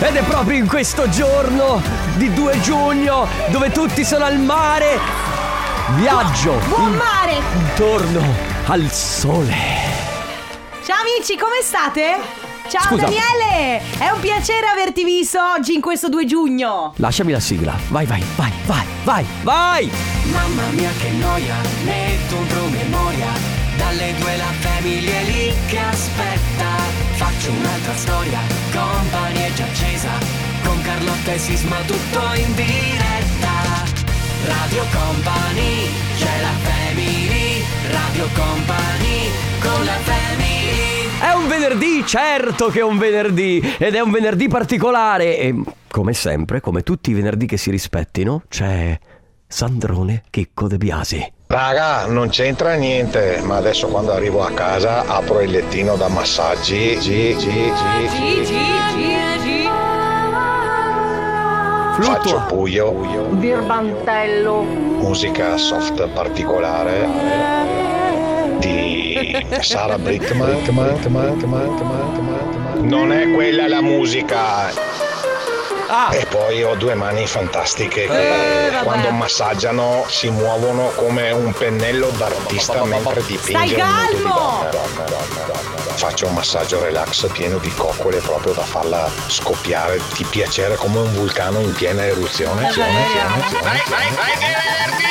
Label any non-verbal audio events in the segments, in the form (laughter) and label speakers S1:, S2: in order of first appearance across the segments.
S1: Ed è proprio in questo giorno di 2 giugno dove tutti sono al mare. Viaggio
S2: Buon mare!
S1: intorno al sole.
S2: Ciao amici, come state? Ciao
S1: Scusa.
S2: Daniele! È un piacere averti visto oggi in questo 2 giugno.
S1: Lasciami la sigla. Vai, vai, vai, vai, vai, vai.
S3: Mamma mia che noia, metto un promemoria Dalle due la famiglia è lì che aspetta Faccio un'altra storia, company è già accesa Con Carlotta e Sisma tutto in diretta Radio Company, c'è la family Radio Company, con la family
S1: È un venerdì, certo che è un venerdì. Ed è un venerdì particolare. E come sempre, come tutti i venerdì che si rispettino, c'è Sandrone Chicco De Biasi.
S4: Raga, non c'entra niente, ma adesso quando arrivo a casa apro il lettino da massaggi. Gi, gi, gi, gi. Faccio
S1: Fluttua.
S4: puio. Musica soft particolare di Sara Brickman. Brickman, Brickman, Brickman, Brickman, Brickman. Non è quella la musica.
S1: Ah,
S4: E poi ho due mani
S2: Eh,
S4: fantastiche che quando massaggiano si muovono come un pennello d'artista mentre dipinge
S2: Stai
S4: un nudo di
S2: calmo!
S4: donna. Donna, donna, donna. Faccio un massaggio relax pieno di coccole proprio da farla scoppiare di piacere come un vulcano in piena eruzione. Eruzione, eruzione, eruzione.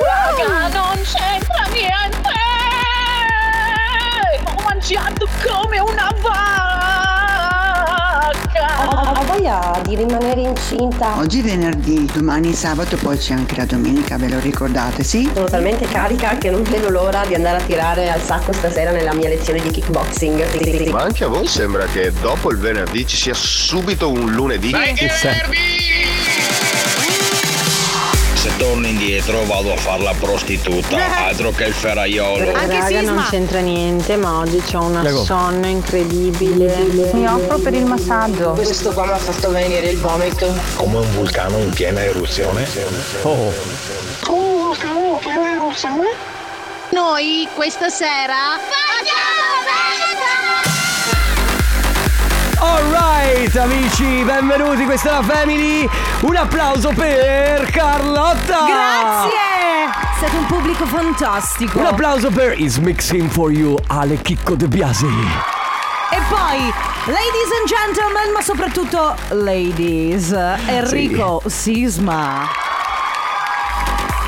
S5: Raga, non c'entra niente! Ho mangiato come una vacca!
S6: Ho ho voglia di rimanere incinta.
S7: Oggi è venerdì, domani è sabato, poi c'è anche la domenica, ve lo ricordate, sì?
S6: Sono talmente carica che non vedo l'ora di andare a tirare al sacco stasera nella mia lezione di kickboxing. Sì, sì, sì.
S8: Ma anche a voi sembra che dopo il venerdì ci sia subito un lunedì?
S9: Se torno indietro vado a fare la prostituta, altro che il ferraiolo.
S2: Anche
S10: Raga, non
S2: Sisma.
S10: c'entra niente, ma oggi c'ho una
S1: Prego.
S10: sonno incredibile. Mi offro per il massaggio.
S6: Questo qua mi ha fatto venire il vomito.
S4: Come un vulcano in piena eruzione.
S1: oh.
S5: Noi questa sera facciamo
S1: Alright amici, benvenuti, questa è la Family. Un applauso per Carlotta.
S2: Grazie! Siete un pubblico fantastico.
S1: Un applauso per Is Mixing for You, Ale Chicco De Biasi.
S2: E poi, ladies and gentlemen, ma soprattutto ladies, Enrico Sisma.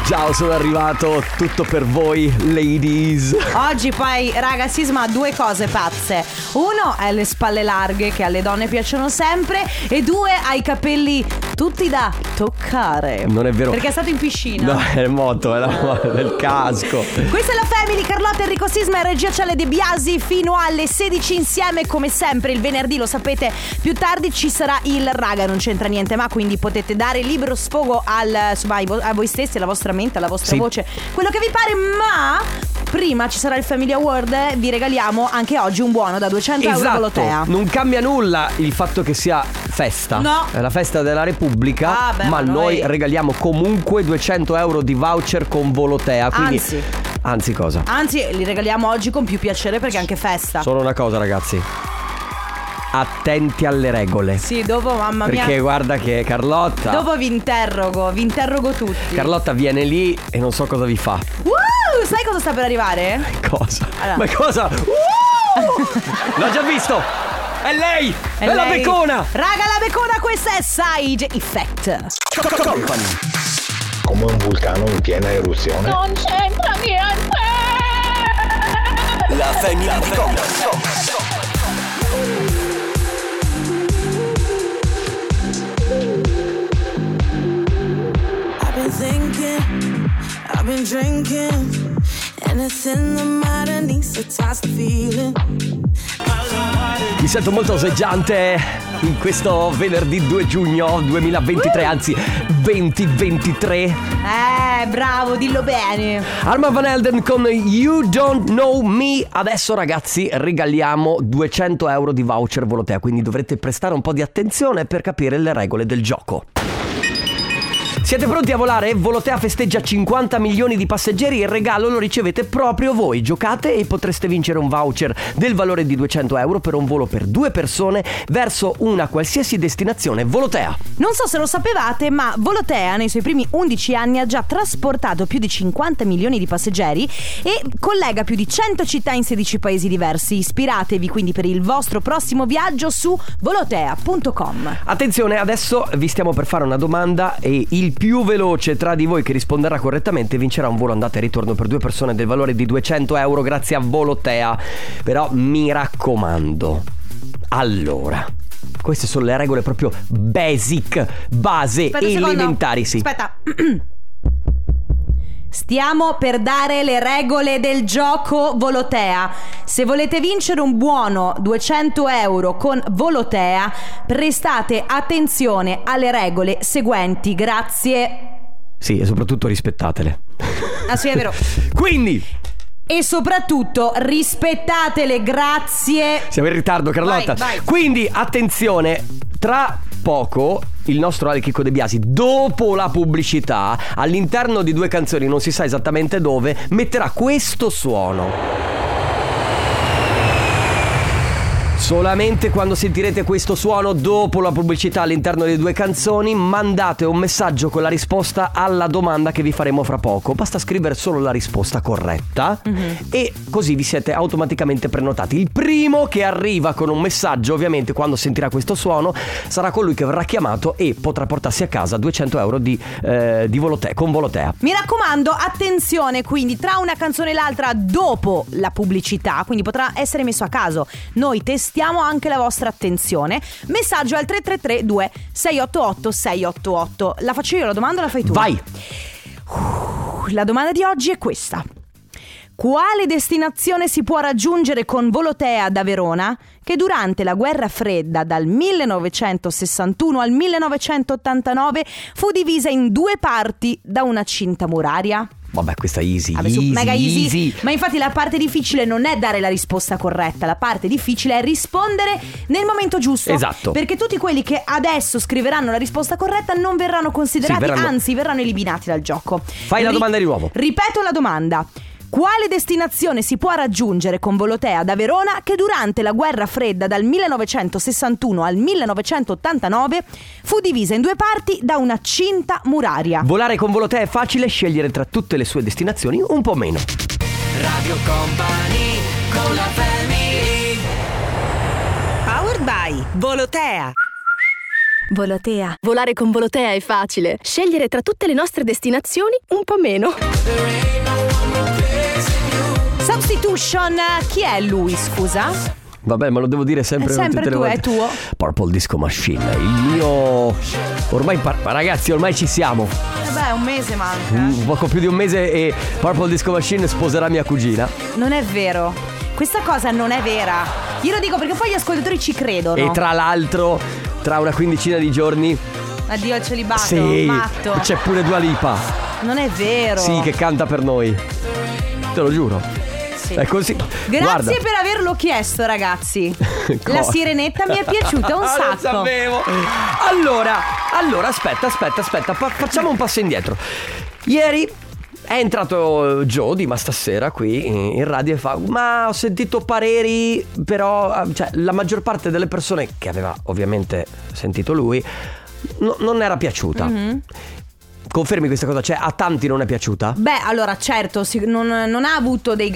S1: Ciao, sono arrivato, tutto per voi, ladies.
S2: Oggi poi, raga, Sisma ha due cose pazze. Uno è le spalle larghe che alle donne piacciono sempre e due ha i capelli tutti da toccare.
S1: Non è vero.
S2: Perché è stato in piscina.
S1: No, (laughs) è il moto, è la è il casco.
S2: Questa è la Family, Carlotta, Enrico Sisma e Regia Ciale De Biasi fino alle 16 insieme come sempre il venerdì, lo sapete, più tardi ci sarà il raga, non c'entra niente ma quindi potete dare libero sfogo al, insomma, ai vo- a voi stessi, alla vostra mente, alla vostra
S1: Sì.
S2: voce, quello che vi pare ma prima ci sarà il Family Award, eh, vi regaliamo anche oggi un buono da 200 euro con l'Otea.
S1: Esatto, non cambia nulla il fatto che sia festa.
S2: No.
S1: È la festa della Repubblica,
S2: Ah, beh,
S1: ma
S2: ma
S1: noi...
S2: noi-
S1: regaliamo comunque 200 euro di voucher con Volotea. Quindi...
S2: Anzi.
S1: Anzi cosa?
S2: Anzi, li regaliamo oggi con più piacere perché è anche festa.
S1: Solo una cosa ragazzi. Attenti alle regole.
S2: Sì, dopo mamma mia.
S1: Perché guarda che Carlotta...
S2: Dopo vi interrogo, vi interrogo tutti.
S1: Carlotta viene lì e non so cosa vi fa.
S2: Wow, sai cosa sta per arrivare?
S1: Cosa?
S2: Allora.
S1: Ma cosa?
S2: (laughs)
S1: Uh! L'ho già visto! È lei! È, la
S2: lei.
S1: beccona!
S2: Raga, la becona, questa è Side Effect.
S1: Company.
S4: Come un vulcano in piena eruzione.
S5: Non c'entra niente!
S3: La family di Company
S11: I've been thinking, I've been drinking, and it's in the mind I need to toss the feeling.
S1: Mi sento molto oseggiante in questo venerdì 2 giugno 2023, anzi 2023.
S2: Eh, bravo, dillo bene.
S1: Arma Van Elden con You Don't Know Me. Adesso ragazzi regaliamo 200 euro di voucher Volotea, quindi dovrete prestare un po' di attenzione per capire le regole del gioco. Siete pronti a volare? Volotea festeggia 50 milioni di passeggeri e il regalo lo ricevete proprio voi. Giocate e potreste vincere un voucher del valore di 200 euro per un volo per due persone verso una qualsiasi destinazione Volotea.
S2: Non so se lo sapevate, ma Volotea nei suoi primi 11 anni ha già trasportato più di 50 milioni di passeggeri e collega più di 100 città in 16 paesi diversi. Ispiratevi quindi per il vostro prossimo viaggio su volotea.com.
S1: Attenzione, adesso vi stiamo per fare una domanda e il più veloce tra di voi che risponderà correttamente vincerà un volo andata e ritorno per due persone del valore di 200 euro grazie a Volotea. Però mi raccomando, allora, queste sono le regole proprio basic, base,
S2: Aspetta un secondo.
S1: elementari, sì.
S2: Aspetta. (clears throat) Stiamo per dare le regole del gioco Volotea. Se volete vincere un buono 200 euro con Volotea, prestate attenzione alle regole seguenti. Grazie.
S1: Sì, e soprattutto rispettatele.
S2: Ah sì, è vero.
S1: Quindi,
S2: E soprattutto rispettatele, grazie.
S1: siamo in ritardo Carlotta.
S2: Vai, vai.
S1: Quindi, attenzione, tra poco il nostro Ale Chicco De Biasi, dopo la pubblicità, all'interno di due canzoni, non si sa esattamente dove, metterà questo suono. Solamente quando sentirete questo suono dopo la pubblicità all'interno delle due canzoni mandate un messaggio con la risposta alla domanda che vi faremo fra poco. Basta scrivere solo la risposta corretta
S2: Mhm.
S1: e così vi siete automaticamente prenotati. Il primo che arriva con un messaggio, ovviamente quando sentirà questo suono, sarà colui che verrà chiamato e potrà portarsi a casa 200 euro di, eh, di volotea, con volotea.
S2: Mi raccomando, attenzione quindi tra una canzone e l'altra dopo la pubblicità, quindi potrà essere messo a caso. Noi testiamo anche la vostra attenzione. Messaggio al 3332 688 688. La faccio io la domanda o la fai tu?
S1: Vai!
S2: La domanda di oggi è questa. Quale destinazione si può raggiungere con Volotea da Verona che durante la guerra fredda dal 1961 al 1989 fu divisa in due parti da una cinta muraria?
S1: Vabbè, questa è easy,
S2: Vabbè, su,
S1: easy,
S2: mega easy.
S1: easy.
S2: Ma infatti la parte difficile non è dare la risposta corretta, la parte difficile è rispondere nel momento giusto.
S1: Esatto.
S2: Perché tutti quelli che adesso scriveranno la risposta corretta non verranno considerati,
S1: Sì, verranno-
S2: anzi verranno eliminati dal gioco.
S1: Fai la domanda di nuovo.
S2: Ripeto la domanda. Quale destinazione si può raggiungere con Volotea da Verona che durante la guerra fredda dal 1961 al 1989 fu divisa in due parti da una cinta muraria?
S1: Volare con Volotea è facile, scegliere tra tutte le sue destinazioni un po' meno.
S3: Radio Company con la family
S12: Powered by Volotea. Volotea. Volare con Volotea è facile. Scegliere tra tutte le nostre destinazioni un po' meno.
S2: Substitution, chi è lui, scusa?
S1: Vabbè, ma lo devo dire sempre
S2: È sempre
S1: tutte le
S2: tu,
S1: volte.
S2: è tuo.
S1: Purple Disco Machine, il mio. Ormai, par- ragazzi, ormai ci siamo.
S2: Vabbè, un mese manca.
S1: Un poco più di un mese e Purple Disco Machine sposerà mia cugina.
S2: Non è vero. Questa cosa non è vera. Io lo dico perché poi gli ascoltatori ci credono.
S1: E tra l'altro, tra una quindicina di giorni.
S2: Addio al celibato,
S1: sì,
S2: matto.
S1: c'è pure Dua Lipa.
S2: Non è vero.
S1: Sì, che canta per noi. Te lo giuro.
S2: Sì.
S1: È così.
S2: Grazie
S1: Guarda.
S2: per averlo
S1: (laughs)
S2: chiesto, ragazzi.
S1: Cosa? Ah,
S2: La sirenetta mi è piaciuta un
S1: (laughs) Lo
S2: sacco.
S1: sapevo. Allora, allora, aspetta, aspetta, aspetta, fa- facciamo un passo indietro. Ieri è entrato Joe di Ma stasera qui in in radio e fa "Ma ho sentito pareri, però eh, cioè, la maggior parte delle persone che aveva ovviamente sentito lui no- non era piaciuta".
S2: Mhm.
S1: Confermi questa cosa, cioè a tanti non è piaciuta?
S2: Beh, allora, certo, si- non, non ha avuto dei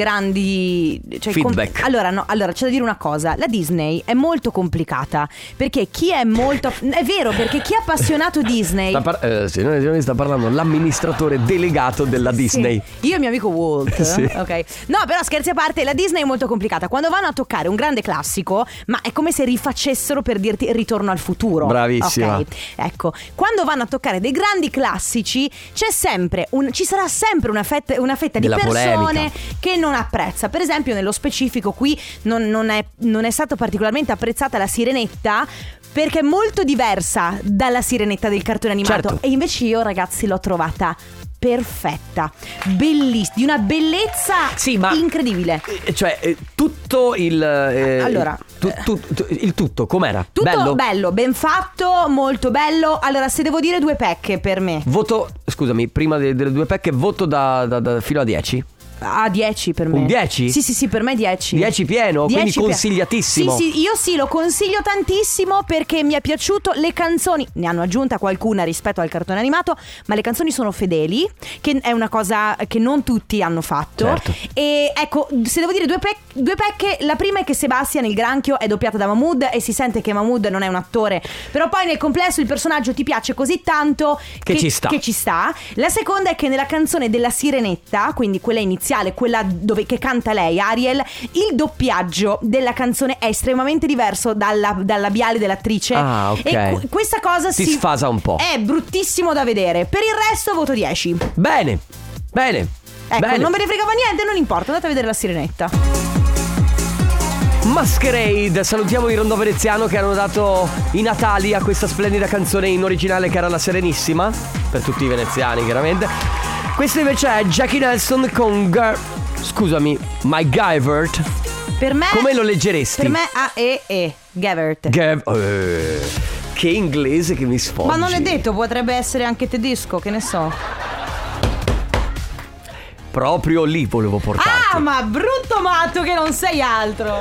S2: grandi cioè,
S1: Feedback.
S2: allora, no, allora, c'è da dire una cosa: la Disney è molto complicata. Perché chi è molto. È vero, perché chi è appassionato Disney.
S1: Sta par- eh, signore e signori, sta parlando l'amministratore delegato della Disney.
S2: Sì. Io e il mio amico Walt.
S1: (laughs) Sì.
S2: Ok. No, però scherzi a parte, la Disney è molto complicata. Quando vanno a toccare un grande classico, ma è come se rifacessero per dirti ritorno al futuro.
S1: Bravissima.
S2: Ok. Ecco, quando vanno a toccare dei grandi classici, c'è sempre un, ci sarà sempre una fetta, una fetta di
S1: Della
S2: persone
S1: polemica.
S2: che non apprezza. Per esempio, nello specifico, qui non, non è, non è stata particolarmente apprezzata la sirenetta. Perché è molto diversa dalla sirenetta del cartone animato.
S1: Certo.
S2: E invece io, ragazzi, l'ho trovata perfetta, bellissima, di una bellezza
S1: ma-
S2: incredibile.
S1: Eh, Cioè, eh, tutto il. eh,
S2: Ah, Allora,
S1: il- Tu- tu- tu- il tutto com'era?
S2: Tutto bello.
S1: bello?
S2: ben fatto, molto bello. Allora, se devo dire due pecche per me,
S1: Voto, scusami, prima de- delle due pecche, voto da, da- da- fino a 10.
S2: a 10 per me.
S1: Un 10?
S2: Sì, sì, sì, per me 10.
S1: 10 pieno, quindi
S2: 10 per-
S1: consigliatissimo.
S2: Sì, sì, io sì, lo consiglio tantissimo perché mi è piaciuto. Le canzoni ne hanno aggiunta qualcuna rispetto al cartone animato, ma le canzoni sono fedeli, che è una cosa che non tutti hanno fatto.
S1: Certo.
S2: E ecco, se devo dire due, pec- due pecche, la prima è che Sebastian il granchio è doppiata da Mahmood e si sente che Mahmood non è un attore, però poi nel complesso il personaggio ti piace così tanto
S1: Che ci sta.
S2: che ci sta. La seconda è che nella canzone della Sirenetta, quindi quella iniziale, quella dove, che canta lei, Ariel, il doppiaggio della canzone è estremamente diverso dalla, dal labiale dell'attrice.
S1: Ah, ok.
S2: E qu- questa cosa
S1: Ti
S2: si-
S1: sfasa un po'.
S2: È bruttissimo da vedere. Per il resto, voto 10.
S1: Bene, bene.
S2: Ecco,
S1: bene.
S2: non me ne fregava niente, non importa, andate a vedere la Sirenetta.
S1: Masquerade, salutiamo il Rondò Veneziano che hanno dato i Natali a questa splendida canzone in originale che era La Serenissima, per tutti i veneziani chiaramente. Questo invece è Jackie Nelson con Girl... Scusami, My Guyvert.
S2: Per me.
S1: Come lo leggeresti?
S2: Per me, A-E-E, Gavert.
S1: Gav- eh, che inglese che mi sfoggi.
S2: Ma non è detto, potrebbe essere anche tedesco, che ne so.
S1: Proprio lì volevo portarti.
S2: Ah, ma brutto matto che non sei altro.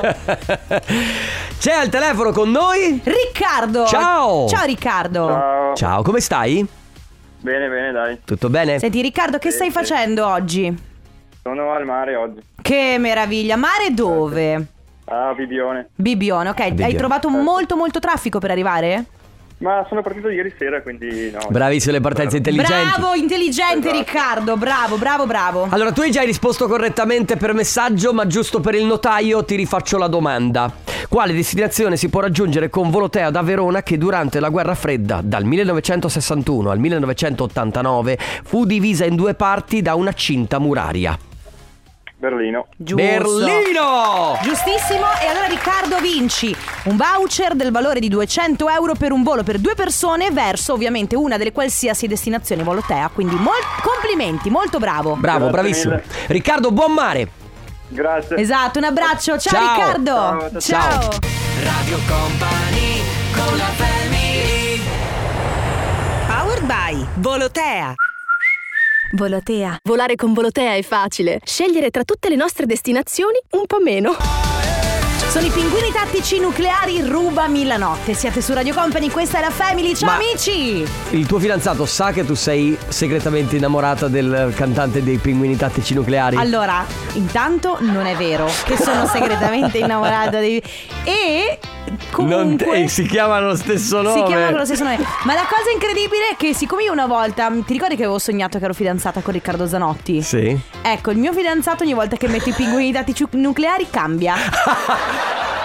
S1: (laughs)
S2: Ah!
S1: C'è al telefono con noi...
S2: Riccardo.
S1: Ciao.
S2: Ciao Riccardo.
S1: Ciao, come stai?
S13: Bene, bene, dai.
S1: Tutto bene?
S2: Senti Riccardo, che stai facendo oggi?
S13: Sono al mare oggi,
S2: Che meraviglia, mare dove?
S13: a Bibione.
S2: Bibione, ok, hai
S1: Bibione.
S2: trovato molto molto traffico per arrivare?
S13: Ma Ah, sono partito ieri sera, quindi no.
S1: Bravi sulle partenze intelligenti.
S2: Bravo, intelligente Riccardo, bravo, bravo, bravo.
S1: Allora, tu hai già risposto correttamente per messaggio, ma giusto per il notaio ti rifaccio la domanda. Quale destinazione si può raggiungere con Volotea da Verona che durante la guerra fredda, dal 1961 al 1989, fu divisa in due parti da una cinta muraria?
S13: Berlino.
S2: Giusto.
S1: Berlino!
S2: Giustissimo, e allora Riccardo vinci un voucher del valore di 200 euro per un volo per due persone verso ovviamente una delle qualsiasi destinazioni volotea, quindi mol- complimenti, molto bravo.
S1: Bravo,
S13: Grazie
S1: bravissimo.
S13: mille.
S1: Riccardo, buon mare!
S13: Grazie.
S2: Esatto, un abbraccio, ciao,
S1: Ciao.
S2: Riccardo.
S1: Ciao, ciao, ciao.
S3: Radio Company con la family
S12: Powered by Volotea. Volotea. Volare con Volotea è facile. Scegliere tra tutte le nostre destinazioni un po' meno.
S2: Sono i pinguini tattici nucleari rubami la notte. Siete su Radio Company, questa è la Family. Ciao
S1: Ma-
S2: amici!
S1: Il tuo fidanzato sa che tu sei segretamente innamorata del cantante dei pinguini tattici nucleari?
S2: Allora, intanto non è vero che
S1: (laughs)
S2: sono segretamente innamorata dei e
S1: Non-
S2: comunque
S1: eh, si chiamano lo stesso nome.
S2: Si chiama con lo stesso nome. Ma la cosa incredibile è che siccome io una volta ti ricordi che avevo sognato che ero fidanzata con Riccardo Zanotti?
S1: Sì.
S2: Ecco, il mio fidanzato ogni volta che mette i pinguini tattici nucleari cambia.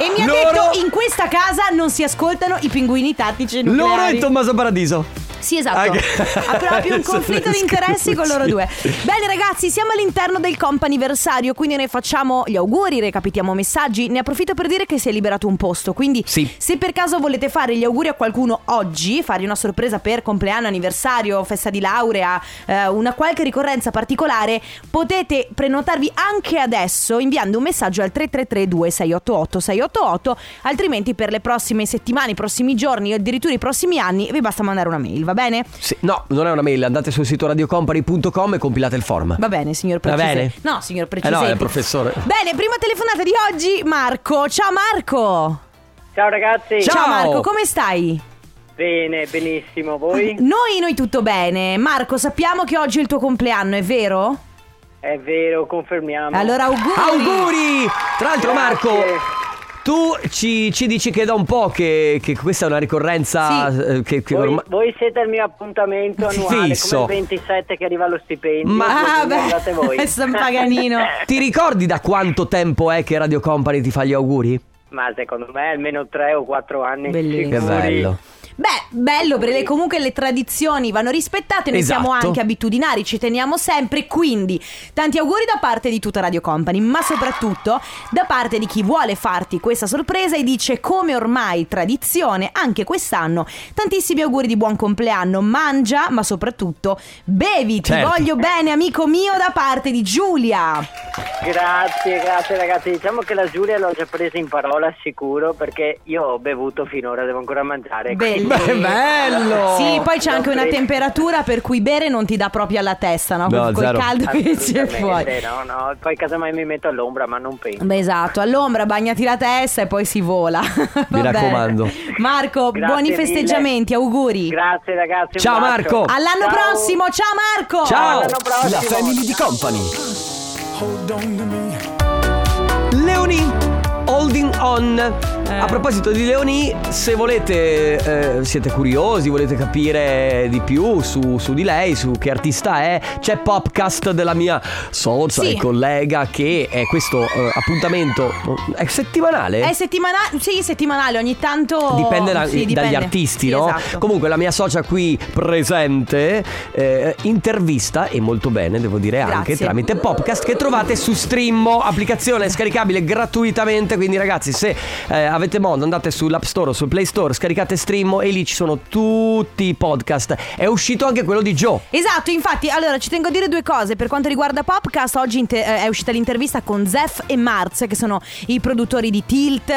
S2: E mi ha
S1: Loro-
S2: detto in questa casa non si ascoltano i pinguini tattici nucleari.
S1: Loro Ah, e Tommaso Paradiso.
S2: Sì, esatto.
S1: Anche-
S2: Ha proprio
S1: (laughs)
S2: un
S1: Adesso
S2: conflitto
S1: le
S2: di interessi
S1: scusi.
S2: con loro due. Bene, ragazzi, siamo all'interno del comp'anniversario, quindi ne facciamo gli auguri, recapitiamo messaggi. Ne approfitto per dire che si è liberato un posto. Quindi,
S1: Sì.
S2: se per caso volete fare gli auguri a qualcuno oggi, fargli una sorpresa per compleanno, anniversario, festa di laurea, eh, una qualche ricorrenza particolare, potete prenotarvi anche adesso inviando un messaggio al 333 688 688 Altrimenti, per le prossime settimane, i prossimi giorni, o addirittura i prossimi anni, vi basta mandare una mail, va bene?
S1: Sì, no, non è una mail. Andate sul sito radiocompany.com e compilate il form.
S2: Va bene, signor
S1: Va
S2: Precisenti.
S1: bene?
S2: No,
S1: Eh
S2: signor
S1: no,
S2: Precisenti.
S1: è il professore.
S2: Bene, prima telefonata di oggi, Marco. Ciao Marco.
S14: Ciao ragazzi.
S1: Ciao.
S2: Marco, come stai?
S14: Bene, benissimo. Voi?
S2: Noi, noi tutto bene. Marco, sappiamo che oggi è il tuo compleanno, è vero?
S14: È vero, confermiamo.
S2: Allora auguri.
S1: Auguri! Tra l'altro, Marco.
S14: Grazie.
S1: Tu ci, ci dici che da un po' che, che questa è una ricorrenza eh, che, che
S14: Voi,
S1: ormai...
S14: voi siete al mio appuntamento annuale,
S1: Fisso.
S14: come il 27 che arriva lo stipendio.
S1: Ma-
S2: Ah,
S14: così mi
S1: (laughs)
S14: andate voi.
S2: San Paganino.
S14: (laughs)
S1: Ti ricordi da quanto tempo è che Radio Company ti fa gli auguri?
S14: Ma secondo me almeno 3 o 4 anni.
S2: Bellissimo.
S1: Che
S14: sicuri.
S1: bello.
S2: Beh, bello perché comunque le tradizioni vanno rispettate, noi siamo
S1: Esatto.
S2: anche abitudinari, ci teniamo sempre, quindi tanti auguri da parte di tutta Radio Company, ma soprattutto da parte di chi vuole farti questa sorpresa e dice come ormai tradizione anche quest'anno, tantissimi auguri di buon compleanno, mangia, ma soprattutto bevi, ti
S14: Certo.
S2: voglio bene amico mio da parte di Giulia.
S14: Grazie, grazie ragazzi. Diciamo che la Giulia l'ho già presa in parola sicuro perché io ho bevuto finora, devo ancora mangiare.
S2: Bello.
S14: quindi-
S2: Sì, poi c'è
S14: L'ho
S2: anche una
S14: presa-
S2: temperatura per cui bere non ti dà proprio alla testa, no?
S14: No,
S2: Col- Col
S14: zero.
S2: caldo che c'è fuori.
S14: Assolutamente, No, no, poi casomai mi metto all'ombra, ma non penso.
S2: Beh, esatto, all'ombra bagnati la testa e poi si vola. (laughs)
S1: Mi
S2: Vabbè.
S1: raccomando.
S2: Marco,
S14: Grazie
S2: buoni
S14: mille.
S2: festeggiamenti, auguri.
S14: Grazie ragazzi.
S1: Ciao, bacio. Marco.
S2: All'anno prossimo, ciao Marco.
S1: Ciao, la family di company. Leoni, holding on.
S2: Eh.
S1: A proposito di Leoni, se volete, eh, siete curiosi, volete capire di più su, su di lei, su che artista è, c'è Popcast della mia socia
S2: Sì.
S1: e collega che è questo eh, appuntamento è settimanale.
S2: È settimanale, sì, settimanale, ogni tanto
S1: Dipende, da-
S2: sì,
S1: dagli
S2: dipende.
S1: artisti,
S2: Sì,
S1: no?
S2: esatto.
S1: Comunque la mia socia qui presente eh, intervista e molto bene, devo dire anche
S2: Grazie.
S1: tramite podcast che trovate su Streammo, applicazione scaricabile gratuitamente, quindi ragazzi se eh, avete modo andate sull'App Store o sul Play Store, scaricate Streammo e lì ci sono tutti i podcast. È uscito anche quello di Joe.
S2: Esatto, infatti, allora ci tengo a dire due cose. Per quanto riguarda Popcast, oggi inte- eh, è uscita l'intervista con Zef e Marz, che sono i produttori di Tilt, eh,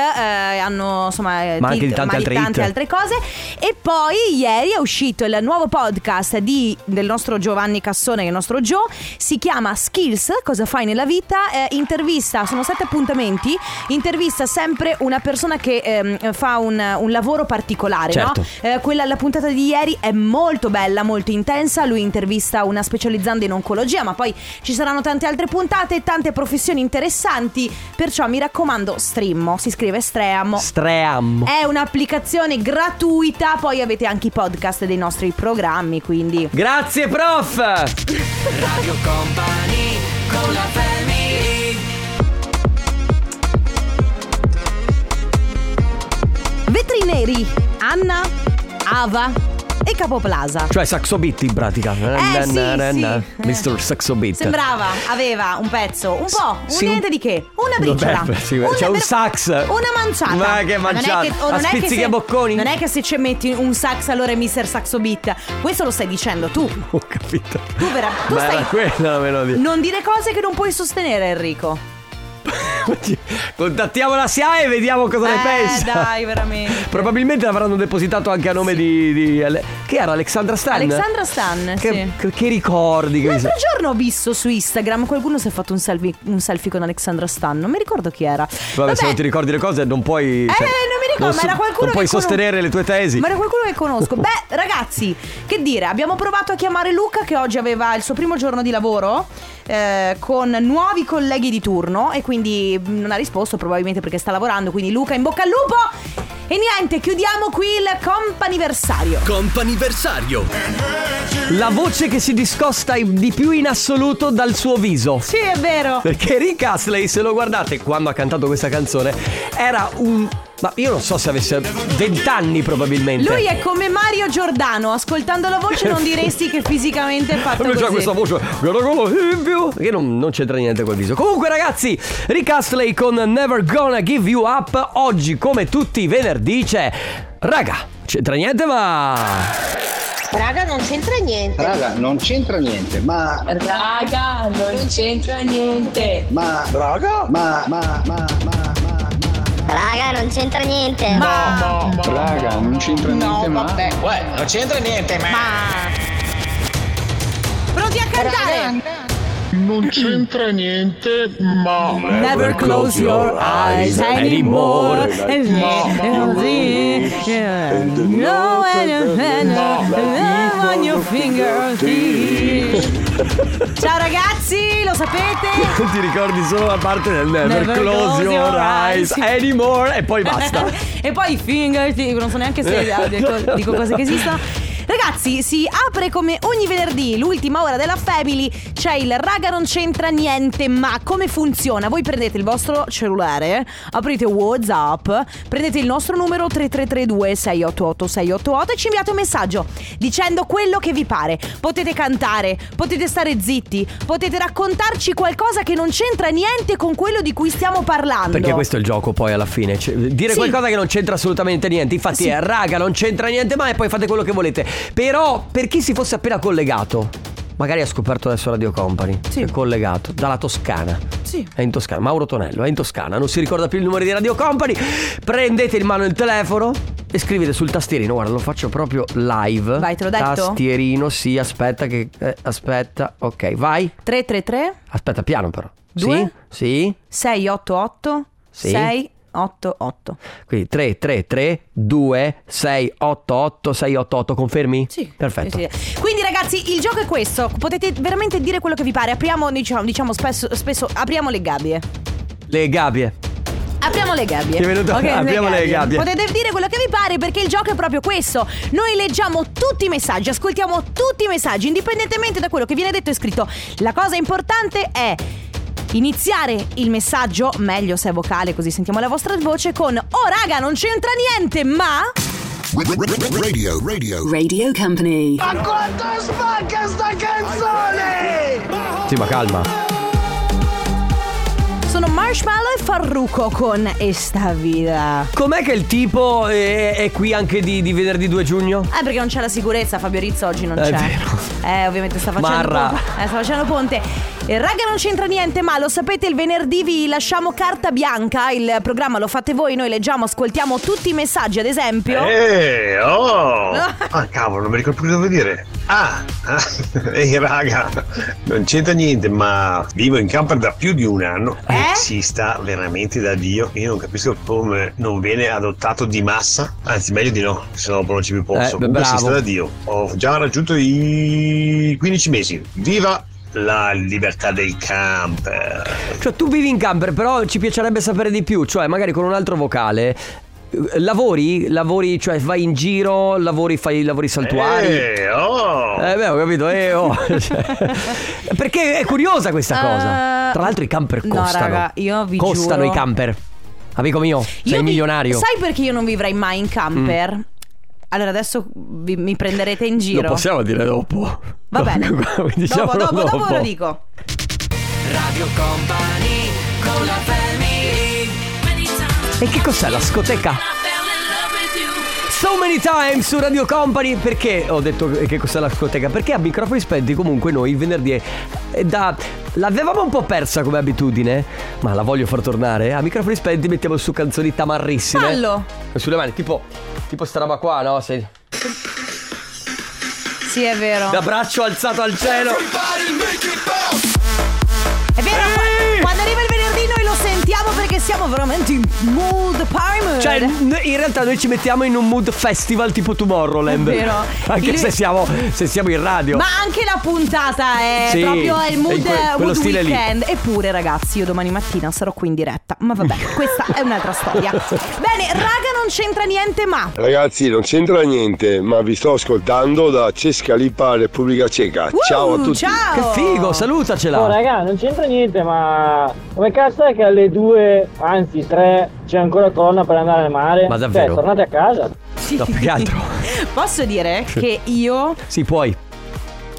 S2: hanno insomma eh,
S1: Ma anche
S2: Tilt,
S1: di tante
S2: ma
S1: altre hit.
S2: altre cose. E poi ieri è uscito il nuovo podcast di- del nostro Giovanni Cassone, che è il nostro Joe, si chiama Skills, cosa fai nella vita, eh, intervista, sono sette appuntamenti, intervista sempre una persona che ehm, fa un, un lavoro particolare,
S15: Certo.
S2: no? Eh, quella, la puntata di ieri è molto bella, molto intensa. Lui intervista una specializzanda in oncologia, ma poi ci saranno tante altre puntate, tante professioni interessanti. Perciò mi raccomando, Streammo. Si scrive Streamo.
S1: Stream.
S2: è un'applicazione gratuita, poi avete anche i podcast dei nostri programmi, quindi.
S1: Grazie prof!
S3: Radio Company con la family
S2: Vetri neri, Anna, Ava e Capoplaza.
S1: Cioè Saxo Beat in pratica.
S2: Eh, sì, sì.
S1: Mr. Saxo Beat.
S2: Sembrava, aveva un pezzo, un po', un
S1: sì, un-
S2: niente di che, una briciola.
S1: Vabbè, sì, c'è un sax.
S2: Una manciata.
S1: Ma che manciata.
S2: Non è che, oh,
S1: A
S2: non è che
S1: spizzichi
S2: se-
S1: e bocconi.
S2: Non è che se ci metti un sax allora è mister saxo beat. Questo lo stai dicendo tu.
S1: (laughs) Ho capito.
S2: Tu, vera- tu
S1: Ma
S2: stai.
S1: era quella la melodia.
S2: Non dire cose che non puoi sostenere, Enrico.
S1: Contattiamo la SIAE e vediamo cosa ne
S2: eh,
S1: pensa.
S2: dai,
S1: (laughs)
S2: veramente.
S1: Probabilmente l'avranno depositato anche a nome di, di Ale- Che era Alexandra Stan?
S2: Alexandra Stan,
S1: Che,
S2: sì.
S1: che- che ricordi che mi sa-
S2: L'altro giorno ho visto su Instagram qualcuno si è fatto un selfie, un selfie con Alexandra Stan, non mi ricordo chi era.
S1: Vabbè, se non ti ricordi le cose non puoi... cioè,
S2: Eh, non mi ricordo, ma era qualcuno
S1: Non
S2: che
S1: puoi
S2: conos-
S1: sostenere le tue tesi.
S2: Ma era qualcuno che
S1: (laughs)
S2: conosco. Beh, ragazzi, che dire, abbiamo provato a chiamare Luca che oggi aveva il suo primo giorno di lavoro eh, con nuovi colleghi di turno e quindi mh, non ha risposto probabilmente perché sta lavorando. Quindi Luca, in bocca al lupo! E niente, chiudiamo qui il comp'anniversario.
S1: Comp'anniversario. La voce che si discosta in- di più in assoluto dal suo viso.
S2: Sì, è vero.
S1: Perché Rick Astley, se lo guardate quando ha cantato questa canzone, era un. Ma io non so se avesse 20 anni probabilmente.
S2: Lui è come Mario Giordano, ascoltando la voce non diresti che fisicamente è fatto
S1: Lui
S2: così.
S1: c'ha questa voce che non, non c'entra niente col viso. Comunque, ragazzi, Rick Astley con Never Gonna Give You Up. Oggi, come tutti i venerdì, c'è. Raga, c'entra niente, ma.
S16: Raga, non c'entra niente.
S9: Raga, non c'entra niente, ma.
S16: Raga, non c'entra niente.
S9: Ma. Raga? Ma, ma, ma, ma.
S16: Raga, non c'entra niente. Ma
S9: Raga, non c'entra niente, ma.
S3: non c'entra niente ma
S2: Pronti a cantare?
S9: Non c'entra niente, ma.
S2: Never close your eyes anymore. And No, on your fingertips. Ciao ragazzi, lo (laughs) sapete?
S1: Ti ricordi solo la parte del Never,
S2: Never
S1: close your eyes
S2: eyes.
S1: anymore e poi basta.
S2: (laughs)
S1: (laughs)
S2: e poi i fingertips, non so neanche se dico, dico ah, cose che esistono. Ragazzi, si apre come ogni venerdì, l'ultima ora della Family, c'è il raga non c'entra niente, ma come funziona? Voi prendete il vostro cellulare, aprite WhatsApp, prendete il nostro numero 3332 688 688 e ci inviate un messaggio dicendo quello che vi pare. Potete cantare, potete stare zitti, potete raccontarci qualcosa che non c'entra niente con quello di cui stiamo parlando.
S1: Perché questo è il gioco poi alla fine. Cioè, dire
S2: Sì.
S1: qualcosa che non c'entra assolutamente niente. Infatti,
S2: Sì.
S1: è raga, non c'entra niente mai e poi fate quello che volete. Però, per chi si fosse appena collegato, magari ha scoperto adesso Radio Company. È collegato dalla Toscana.
S2: Sì.
S1: È in Toscana. Mauro Tonello è in Toscana. Non si ricorda più il numero di Radio Company. Prendete in mano il telefono. E scrivete sul tastierino, guarda, lo faccio proprio live.
S2: Vai, te l'ho detto?
S1: Tastierino, sì, aspetta che. eh, aspetta, ok, vai.
S2: 333
S1: Aspetta, piano però.
S2: Due?
S1: Sì? Sì?
S2: 688
S1: Sì.
S2: 688.
S1: Quindi 3, 3, 3, 2, 6, 8, 8, 6, 8, 8, confermi? Sì. Perfetto.
S2: Sì, sì. Quindi ragazzi il gioco è questo Potete veramente dire quello che vi pare Apriamo diciamo, diciamo spesso, spesso Apriamo le gabbie
S1: Le gabbie.
S2: Apriamo le gabbie.
S1: Ti è venuto-
S2: Ok,
S1: apriamo le gabbie.
S2: Potete dire quello che vi pare perché il gioco è proprio questo. Noi leggiamo tutti i messaggi, ascoltiamo tutti i messaggi, indipendentemente da quello che viene detto e scritto. La cosa importante è iniziare il messaggio, meglio se è vocale, così sentiamo la vostra voce, con Oh raga, non c'entra niente, ma...
S15: Radio, radio.
S2: Radio Company.
S3: Ma quanto spacca sta canzone!
S1: Sì, ma calma.
S2: Sono Marshmallow e Farruko con Esta Vida.
S1: Com'è che il tipo eh, è, è qui anche di, di venerdì 2 giugno?
S2: Eh, perché non c'è la sicurezza, Fabio Rizzo oggi non
S1: È
S2: c'è.
S1: vero.
S2: Eh, ovviamente sta facendo
S1: Marra.
S2: ponte. Eh, sta facendo ponte. Eh, raga, non c'entra niente, ma lo sapete, il venerdì vi lasciamo carta bianca. Il programma lo fate voi, noi leggiamo, ascoltiamo tutti i messaggi, ad esempio.
S17: Eh, oh! Ah, cavolo, non mi ricordo più cosa devo dire. Ah, ah, (laughs) ehi raga, non c'entra niente, ma vivo in camper da più di un anno e si sta veramente da Dio. Io non capisco come non viene adottato di massa, anzi meglio di no, se no non ci più
S1: Eh,
S17: posso.
S1: beh,
S17: Comunque si
S1: bravo.
S17: sta da Dio. Ho già raggiunto i 15 mesi. Viva la libertà del camper!
S1: Cioè, tu vivi in camper, però ci piacerebbe sapere di più, cioè magari con un altro vocale. eh, Lavori? Lavori, cioè vai in giro, lavori, fai lavori saltuari.
S17: Eh, oh!
S1: Eh, beh, ho capito, eh, oh. (laughs) Cioè, perché è curiosa questa cosa.
S2: Eh,
S1: Tra l'altro i camper
S2: no,
S1: costano.
S2: raga, io vi
S1: Costano
S2: giuro.
S1: i camper. Amico mio, sei
S2: vi-
S1: milionario. Mm.
S2: Sai perché io non vivrei mai in camper? Allora, adesso vi- mi prenderete in giro.
S1: Lo possiamo Diciamo dire dopo. (laughs)
S2: Va bene.
S1: Dopo,
S2: dopo,
S1: diciamolo
S2: dopo, dopo,
S1: dopo.
S2: lo dico.
S3: Radio Company con la family.
S1: E che cos'è la scoteca? So many times su Radio Company Perché ho detto che cos'è la scoteca? Perché a microfoni spenti comunque noi il venerdì è da... L'avevamo un po' persa come abitudine Ma la voglio far tornare A microfoni spenti mettiamo su canzoni tamarrissime
S2: Fallo.
S1: Sulle mani tipo Tipo sta roba qua no? Se...
S2: Sì, è vero.
S1: Da braccio alzato al cielo
S2: È vero, qua- quando arriva il venerdì noi lo sentiamo perché siamo veramente in mood primer.
S1: Cioè, n- in realtà noi ci mettiamo in un mood festival tipo Tomorrowland.
S2: È vero.
S1: Anche
S2: Il-
S1: se, siamo, se siamo in radio.
S2: Ma anche la puntata è
S1: Sì,
S2: proprio è il
S1: è in
S2: mood,
S1: que- quello
S2: mood
S1: stile lì.
S2: weekend. Eppure, ragazzi, io domani mattina sarò qui in diretta. Ma vabbè,
S1: (laughs)
S2: questa è un'altra storia. Bene, raga, non c'entra niente, ma.
S18: Ragazzi, non c'entra niente, ma vi sto ascoltando da Cescalipa, Repubblica Ceca. ciao a tutti.
S1: Che figo, salutacela.
S19: Oh raga, non c'entra niente, ma come cazzo è che alle 2, anzi 3 c'è ancora corona per andare al mare?
S1: Ma davvero?
S19: Cioè, tornate a casa.
S1: No, più che altro.
S2: Posso dire che io
S1: Sì, puoi.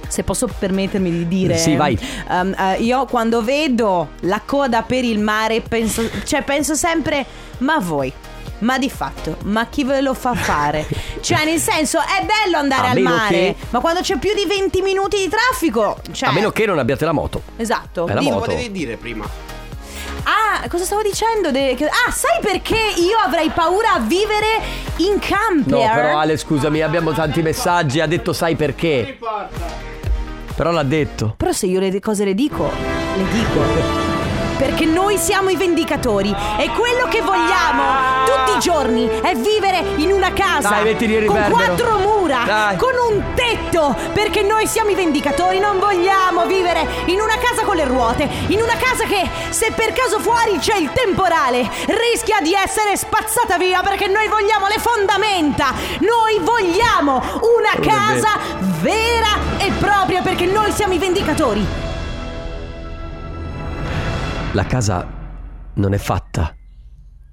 S2: Se posso permettermi di dire
S1: Sì, vai.
S2: ehm, eh, Io quando vedo la coda per il mare penso, cioè, penso sempre Ma voi ma di fatto, ma chi ve lo fa
S1: (laughs)
S2: fare? Cioè, nel senso, è bello andare
S1: A
S2: al
S1: meno
S2: mare,
S1: che-
S2: ma quando c'è più di 20 minuti di traffico, cioè.
S1: A meno che non abbiate la moto.
S2: Esatto.
S1: È la
S2: Di-
S1: moto.
S20: dire prima?
S2: Ah, cosa stavo dicendo? De- che- Ah, sai perché io avrei paura a vivere in eh? camper?
S1: No, però Ale, scusami, abbiamo tanti messaggi. Ha detto sai perché. Però l'ha detto.
S2: Però se io le cose le dico, le dico. Perché noi siamo i vendicatori e quello che vogliamo tutti i giorni è vivere in una casa
S1: Dai, mettili in
S2: con
S1: riverbero.
S2: quattro mura,
S1: Dai.
S2: con un tetto, perché noi siamo i vendicatori, non vogliamo vivere in una casa con le ruote, in una casa che se per caso fuori c'è il temporale rischia di essere spazzata via perché noi vogliamo le fondamenta, noi vogliamo una
S1: Vabbè.
S2: casa vera e propria perché noi siamo i vendicatori.
S1: La casa non è fatta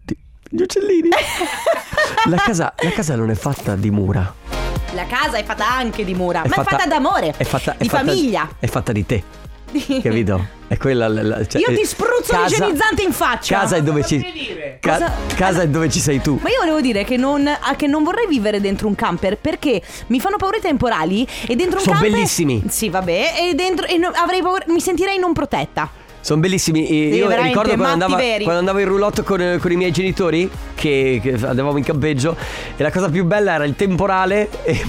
S1: di... Gli
S2: (laughs)
S1: uccellini. la, casa, la casa non è fatta di mura.
S2: La casa è fatta anche di mura, ma è fatta d'amore,
S1: È fatta, è
S2: di
S1: fatta-
S2: famiglia.
S1: È fatta di te. (laughs) Capito? È quella. la- la- cioè,
S2: Io
S1: eh,
S2: ti spruzzo
S1: casa-
S2: l'igienizzante in faccia.
S1: Casa è dove ci. ca-
S2: Cosa-
S1: casa è dove ci sei tu.
S2: Ma io volevo dire che non, ah, che non vorrei vivere dentro un camper perché mi fanno paura i temporali e dentro un
S1: Sono
S2: camper...
S1: bellissimi.
S2: Sì, vabbè, e dentro... E no- avrei paura, mi sentirei non protetta.
S1: Sono bellissimi. E
S2: Sì,
S1: Io
S2: veramente,
S1: ricordo quando
S2: matti
S1: andavo,
S2: veri.
S1: quando andavo in roulotte con, con i miei genitori, che, che andavamo in campeggio, e la cosa più bella era il temporale (laughs) e,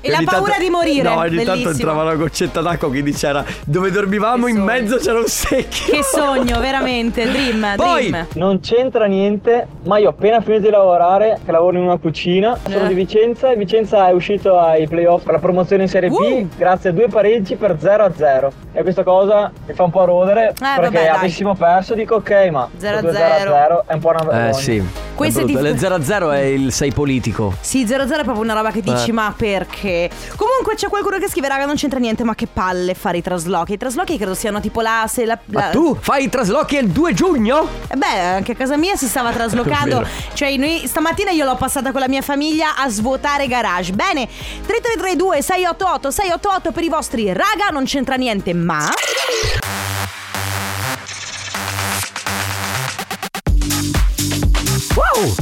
S2: E la
S1: ogni
S2: paura di morire,
S1: No, ogni tanto
S2: bellissimo.
S1: entrava una goccetta d'acqua, quindi c'era dove dormivamo, in mezzo c'era un secchio. (laughs)
S2: Che sogno, veramente, dream, dream.
S19: Non c'entra niente, ma io ho appena finito di lavorare, che lavoro in una cucina, sono
S2: Eh.
S19: di Vicenza e Vicenza è uscito ai playoff per la promozione in Serie B grazie a due pareggi per 0 a 0. E questa cosa mi fa un po' rodere
S2: Eh, vabbè,
S19: perché
S2: dai.
S19: avessimo perso dico ok, ma
S2: 0 a
S19: 2
S2: 0.
S19: 0 è un po' una vergogna.
S1: Eh sì.
S2: Questo
S1: È
S2: è
S1: brutto.
S2: di-
S1: Le 0 a 0 è il sei politico.
S2: Sì, 00 è proprio una roba che dici,
S1: Eh.
S2: ma perché? Comunque c'è qualcuno che scrive, raga, non c'entra niente, ma che palle fare i traslochi. I traslochi credo siano tipo la. Se la,
S1: Ma
S2: la-
S1: tu fai i traslochi il 2 giugno?
S2: Eh Beh, anche a casa mia
S1: (laughs)
S2: si stava traslocando.
S1: Vero.
S2: cioè, noi stamattina io l'ho passata con la mia famiglia a svuotare garage. Bene, 3332 688 688 per i vostri raga, non c'entra niente, ma.
S1: Wow!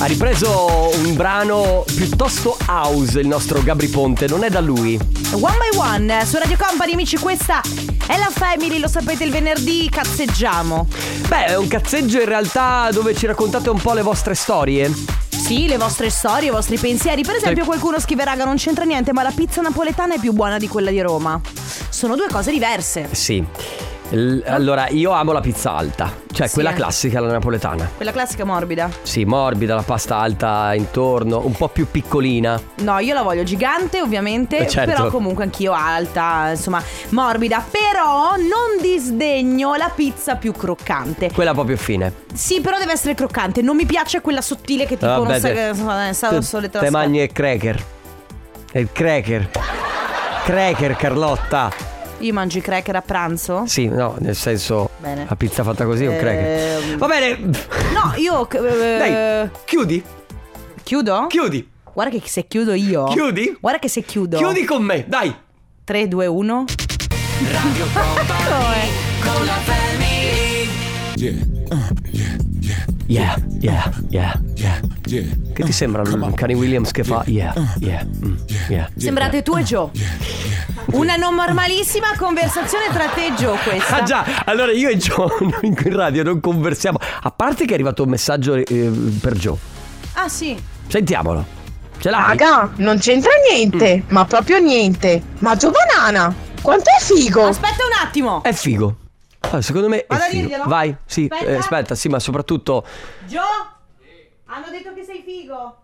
S1: Ha ripreso un brano piuttosto house il nostro Gabri Ponte, non è da lui.
S2: One by one eh, su Radio Company, amici, questa è la family, lo sapete, il venerdì cazzeggiamo.
S1: Beh, è un cazzeggio in realtà dove ci raccontate un po' le vostre storie.
S2: Sì, le vostre storie, i vostri pensieri. Per esempio,
S1: Sì.
S2: qualcuno scrive: Raga, non c'entra niente, ma la pizza napoletana è più buona di quella di Roma. Sono due cose diverse.
S1: Sì. L- allora, io amo la pizza alta, cioè
S2: Sì,
S1: quella
S2: eh.
S1: classica, la napoletana.
S2: Quella classica morbida.
S1: Sì, morbida, la pasta alta intorno, un po' più piccolina.
S2: No, io la voglio gigante, ovviamente.
S1: Eh, certo.
S2: Però comunque anch'io alta, insomma, morbida. Però non disdegno la pizza più croccante.
S1: Quella un po' più fine.
S2: Sì, però deve essere croccante. Non mi piace quella sottile che tipo non sa che sa- sa
S1: Eh, te,
S2: solo le
S1: te mangi il cracker. È il cracker. Cracker, Carlotta.
S2: Io mangio i cracker a pranzo?
S1: Sì, no, nel senso.
S2: Bene.
S1: La pizza fatta così è un cracker.
S2: Ehm. eh,
S1: Va bene.
S2: No, io.
S1: Dai, chiudi.
S2: Chiudo?
S1: Chiudi.
S2: Guarda che se chiudo io.
S1: Chiudi.
S2: Guarda che se chiudo.
S1: Chiudi con me, dai.
S2: 3, 2, 1.
S3: Radio Company con la family
S1: Yeah, yeah, yeah, yeah, Che ti sembra un Cani Williams che fa yeah, yeah, mm, yeah.
S2: (laughs) Sembrate tu e Joe. Una non normalissima conversazione tra te e Joe questa.
S1: Ah già, allora io e Joe in in radio non conversiamo. A parte che è arrivato un messaggio eh, per Joe.
S2: Ah sì.
S1: Sentiamolo. Ce l'hai?
S2: Ah,
S20: Raga, non c'entra
S21: Mm.
S20: niente, ma proprio niente. Ma Gio Banana, quanto è figo!
S2: Aspetta un attimo.
S1: È figo. Ah, secondo me è
S2: Vado a
S1: figo.
S2: dirglielo?
S1: Vai, sì, eh, aspetta.
S2: Aspetta.
S1: sì, ma soprattutto
S2: Joe? Hanno detto che sei figo.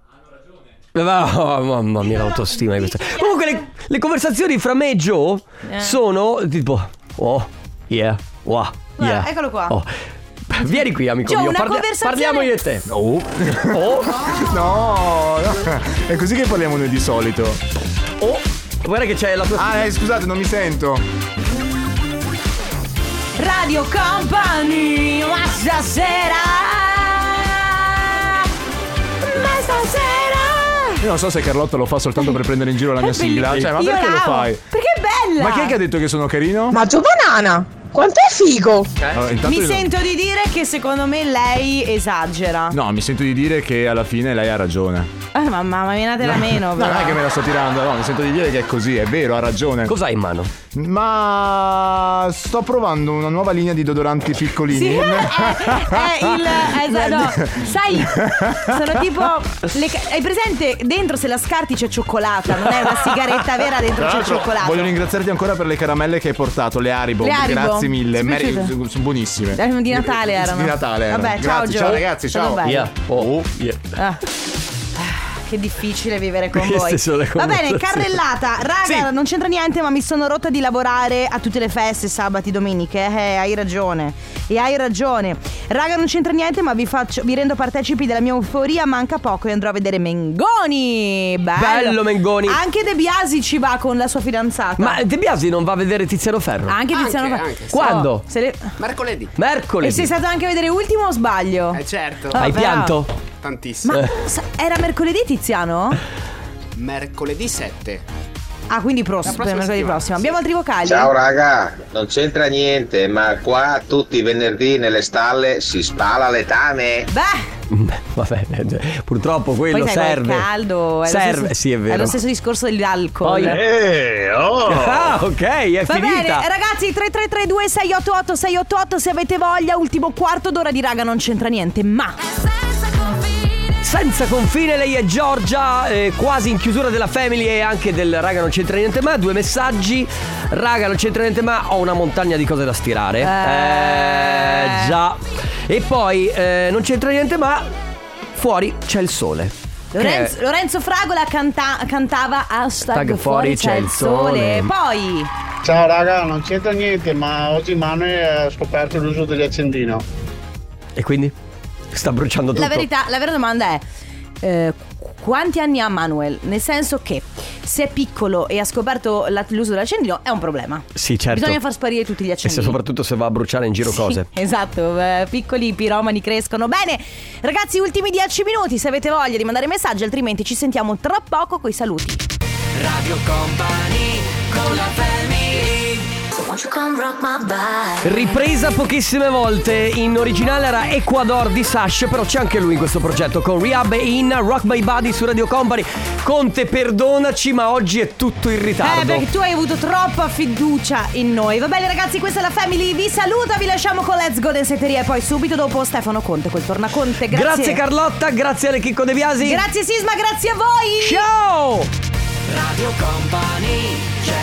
S1: Oh, mamma mia, l'autostima di questa. Comunque, le, le conversazioni fra me e Joe
S2: Eh.
S1: sono tipo: Oh, yeah, wow,
S2: Guarda,
S1: yeah.
S2: eccolo qua.
S1: Oh. Vieni qui, amico
S2: Joe,
S1: mio,
S2: una
S1: parli-
S2: conversazione-
S1: parliamo io e te. Oh, oh,
S21: (laughs) No, no, è così che parliamo noi di solito.
S1: oh. Guarda che c'è la tua.
S21: Ah, eh, scusate, non mi sento.
S2: Radio Company, ma stasera. Ma stasera.
S21: Io non so se Carlotta lo fa soltanto per prendere in giro la mia sigla. Cioè, ma
S2: Io
S21: perché
S2: la
S21: lo
S2: amo.
S21: fai?
S2: Perché è bella.
S21: Ma chi è che ha detto che sono carino?
S20: Ma Gio Banana, quanto è figo!
S21: Allora, intanto
S2: Mi
S21: io-
S2: sento di dire che secondo me lei esagera.
S21: No, mi sento di dire che alla fine lei ha ragione.
S2: Eh, ma mamma mia, te la meno.
S21: No, non
S2: però.
S21: è che me la sto tirando, no, mi sento di dire che è così, è vero, ha ragione.
S1: Cosa hai in mano?
S21: Ma sto provando una nuova linea di deodoranti piccolini.
S2: Sì, è, è il. è esa- no, sai, sono tipo. le ca- hai presente? Dentro se la scarti c'è cioccolata, non è una sigaretta vera, dentro
S21: Tra
S2: c'è
S21: l'altro,
S2: cioccolata.
S21: Voglio ringraziarti ancora per le caramelle che hai portato, le Haribo.
S2: Le Haribo,
S21: Grazie mille, Mary-
S2: Spiaciute.
S21: sono buonissime.
S2: Eh, Di Natale erano.
S21: Di Natale erano.
S2: Vabbè, ciao
S21: Grazie,
S2: Gio.
S21: ciao ragazzi,
S2: Sono
S21: ciao.
S2: belli.
S1: Oh, yeah.
S2: Ah. Che difficile vivere con
S1: Queste
S2: voi.
S1: sono le
S2: Va bene,
S1: conversazioni.
S2: carrellata. Raga, non c'entra niente, ma mi sono rotta di lavorare a tutte le feste, sabati, domeniche. Eh, hai ragione. E hai ragione. Raga, non c'entra niente, ma vi, faccio, vi rendo partecipi della mia euforia. Manca poco e andrò a vedere Mengoni. Bello,
S1: Bello, Mengoni.
S2: Anche De Biasi ci va con la sua fidanzata.
S1: Ma De Biasi non va a vedere Tiziano Ferro?
S2: Anche Tiziano
S1: Anche,
S2: Ferro.
S1: anche, sì. Quando?
S2: Oh, se le-
S7: Mercoledì.
S2: E
S1: Mercoledì.
S2: sei stato anche a vedere Ultimo o sbaglio?
S7: Eh certo.
S1: Hai pianto? Eh.
S7: Tantissimo.
S2: Ma sa- era mercoledì Tiziano?
S7: Mercoledì 7.
S2: Ah, quindi prossimo,
S7: prossima
S2: per mercoledì
S7: settimana,
S2: prossimo. Abbiamo altri vocali?
S22: Ciao raga, non c'entra niente, ma qua tutti i venerdì nelle stalle si spala le tane.
S2: Beh,
S1: Mm, Vabbè, cioè, purtroppo quello
S2: poi sai, col
S1: serve.
S2: caldo. è lo
S1: serve,
S2: stesso-
S1: sì, è vero.
S2: È lo stesso discorso dell'alcol.
S1: Poi- Ah, ok, è
S2: Va
S1: finita.
S2: bene, ragazzi, 3332 688 688 se avete voglia, ultimo quarto d'ora di raga non c'entra niente, ma
S1: Senza confine, lei è Giorgia, eh, quasi in chiusura della family e anche del raga non c'entra niente ma, due messaggi, raga non c'entra niente ma ho una montagna di cose da stirare. Eh, già. E poi eh, non c'entra niente ma fuori c'è il sole.
S2: Lorenzo,
S1: Che-
S2: Lorenzo Fragola canta- cantava hashtag
S1: Tag
S2: fuori, c'è il sole. Poi
S23: Ciao raga, non c'entra niente, ma oggi Manuel ha scoperto l'uso dell'accendino.
S1: E quindi? Sta bruciando tutto.
S2: la verità, la vera domanda è eh, qu- quanti anni ha Manuel? Nel senso che se è piccolo e ha scoperto la- l'uso dell'accendino è un problema.
S1: Sì, certo.
S2: Bisogna far sparire tutti gli
S1: e se-
S2: accendini.
S1: soprattutto se va a bruciare in giro cose.
S2: (laughs) Esatto, eh, piccoli piromani crescono. Bene, ragazzi, ultimi 10 minuti se avete voglia di mandare messaggi, altrimenti ci sentiamo tra poco coi saluti.
S3: Radio Company con la family.
S1: Ripresa pochissime volte, in originale era Ecuador di Sash, però c'è anche lui in questo progetto con Rehab e in Rock by Buddy su Radio Company. Conte, perdonaci, ma oggi è tutto in ritardo.
S2: Eh, perché tu hai avuto troppa fiducia in noi. Va bene, ragazzi, questa è la Family. Vi saluta, vi lasciamo con Let's Go Densetteria e poi subito dopo Stefano Conte col Tornaconte. Grazie.
S1: Grazie Carlotta, grazie alle Chicco De Biasi.
S2: Grazie Sisma, grazie a voi.
S1: Ciao!
S3: Radio Company c'è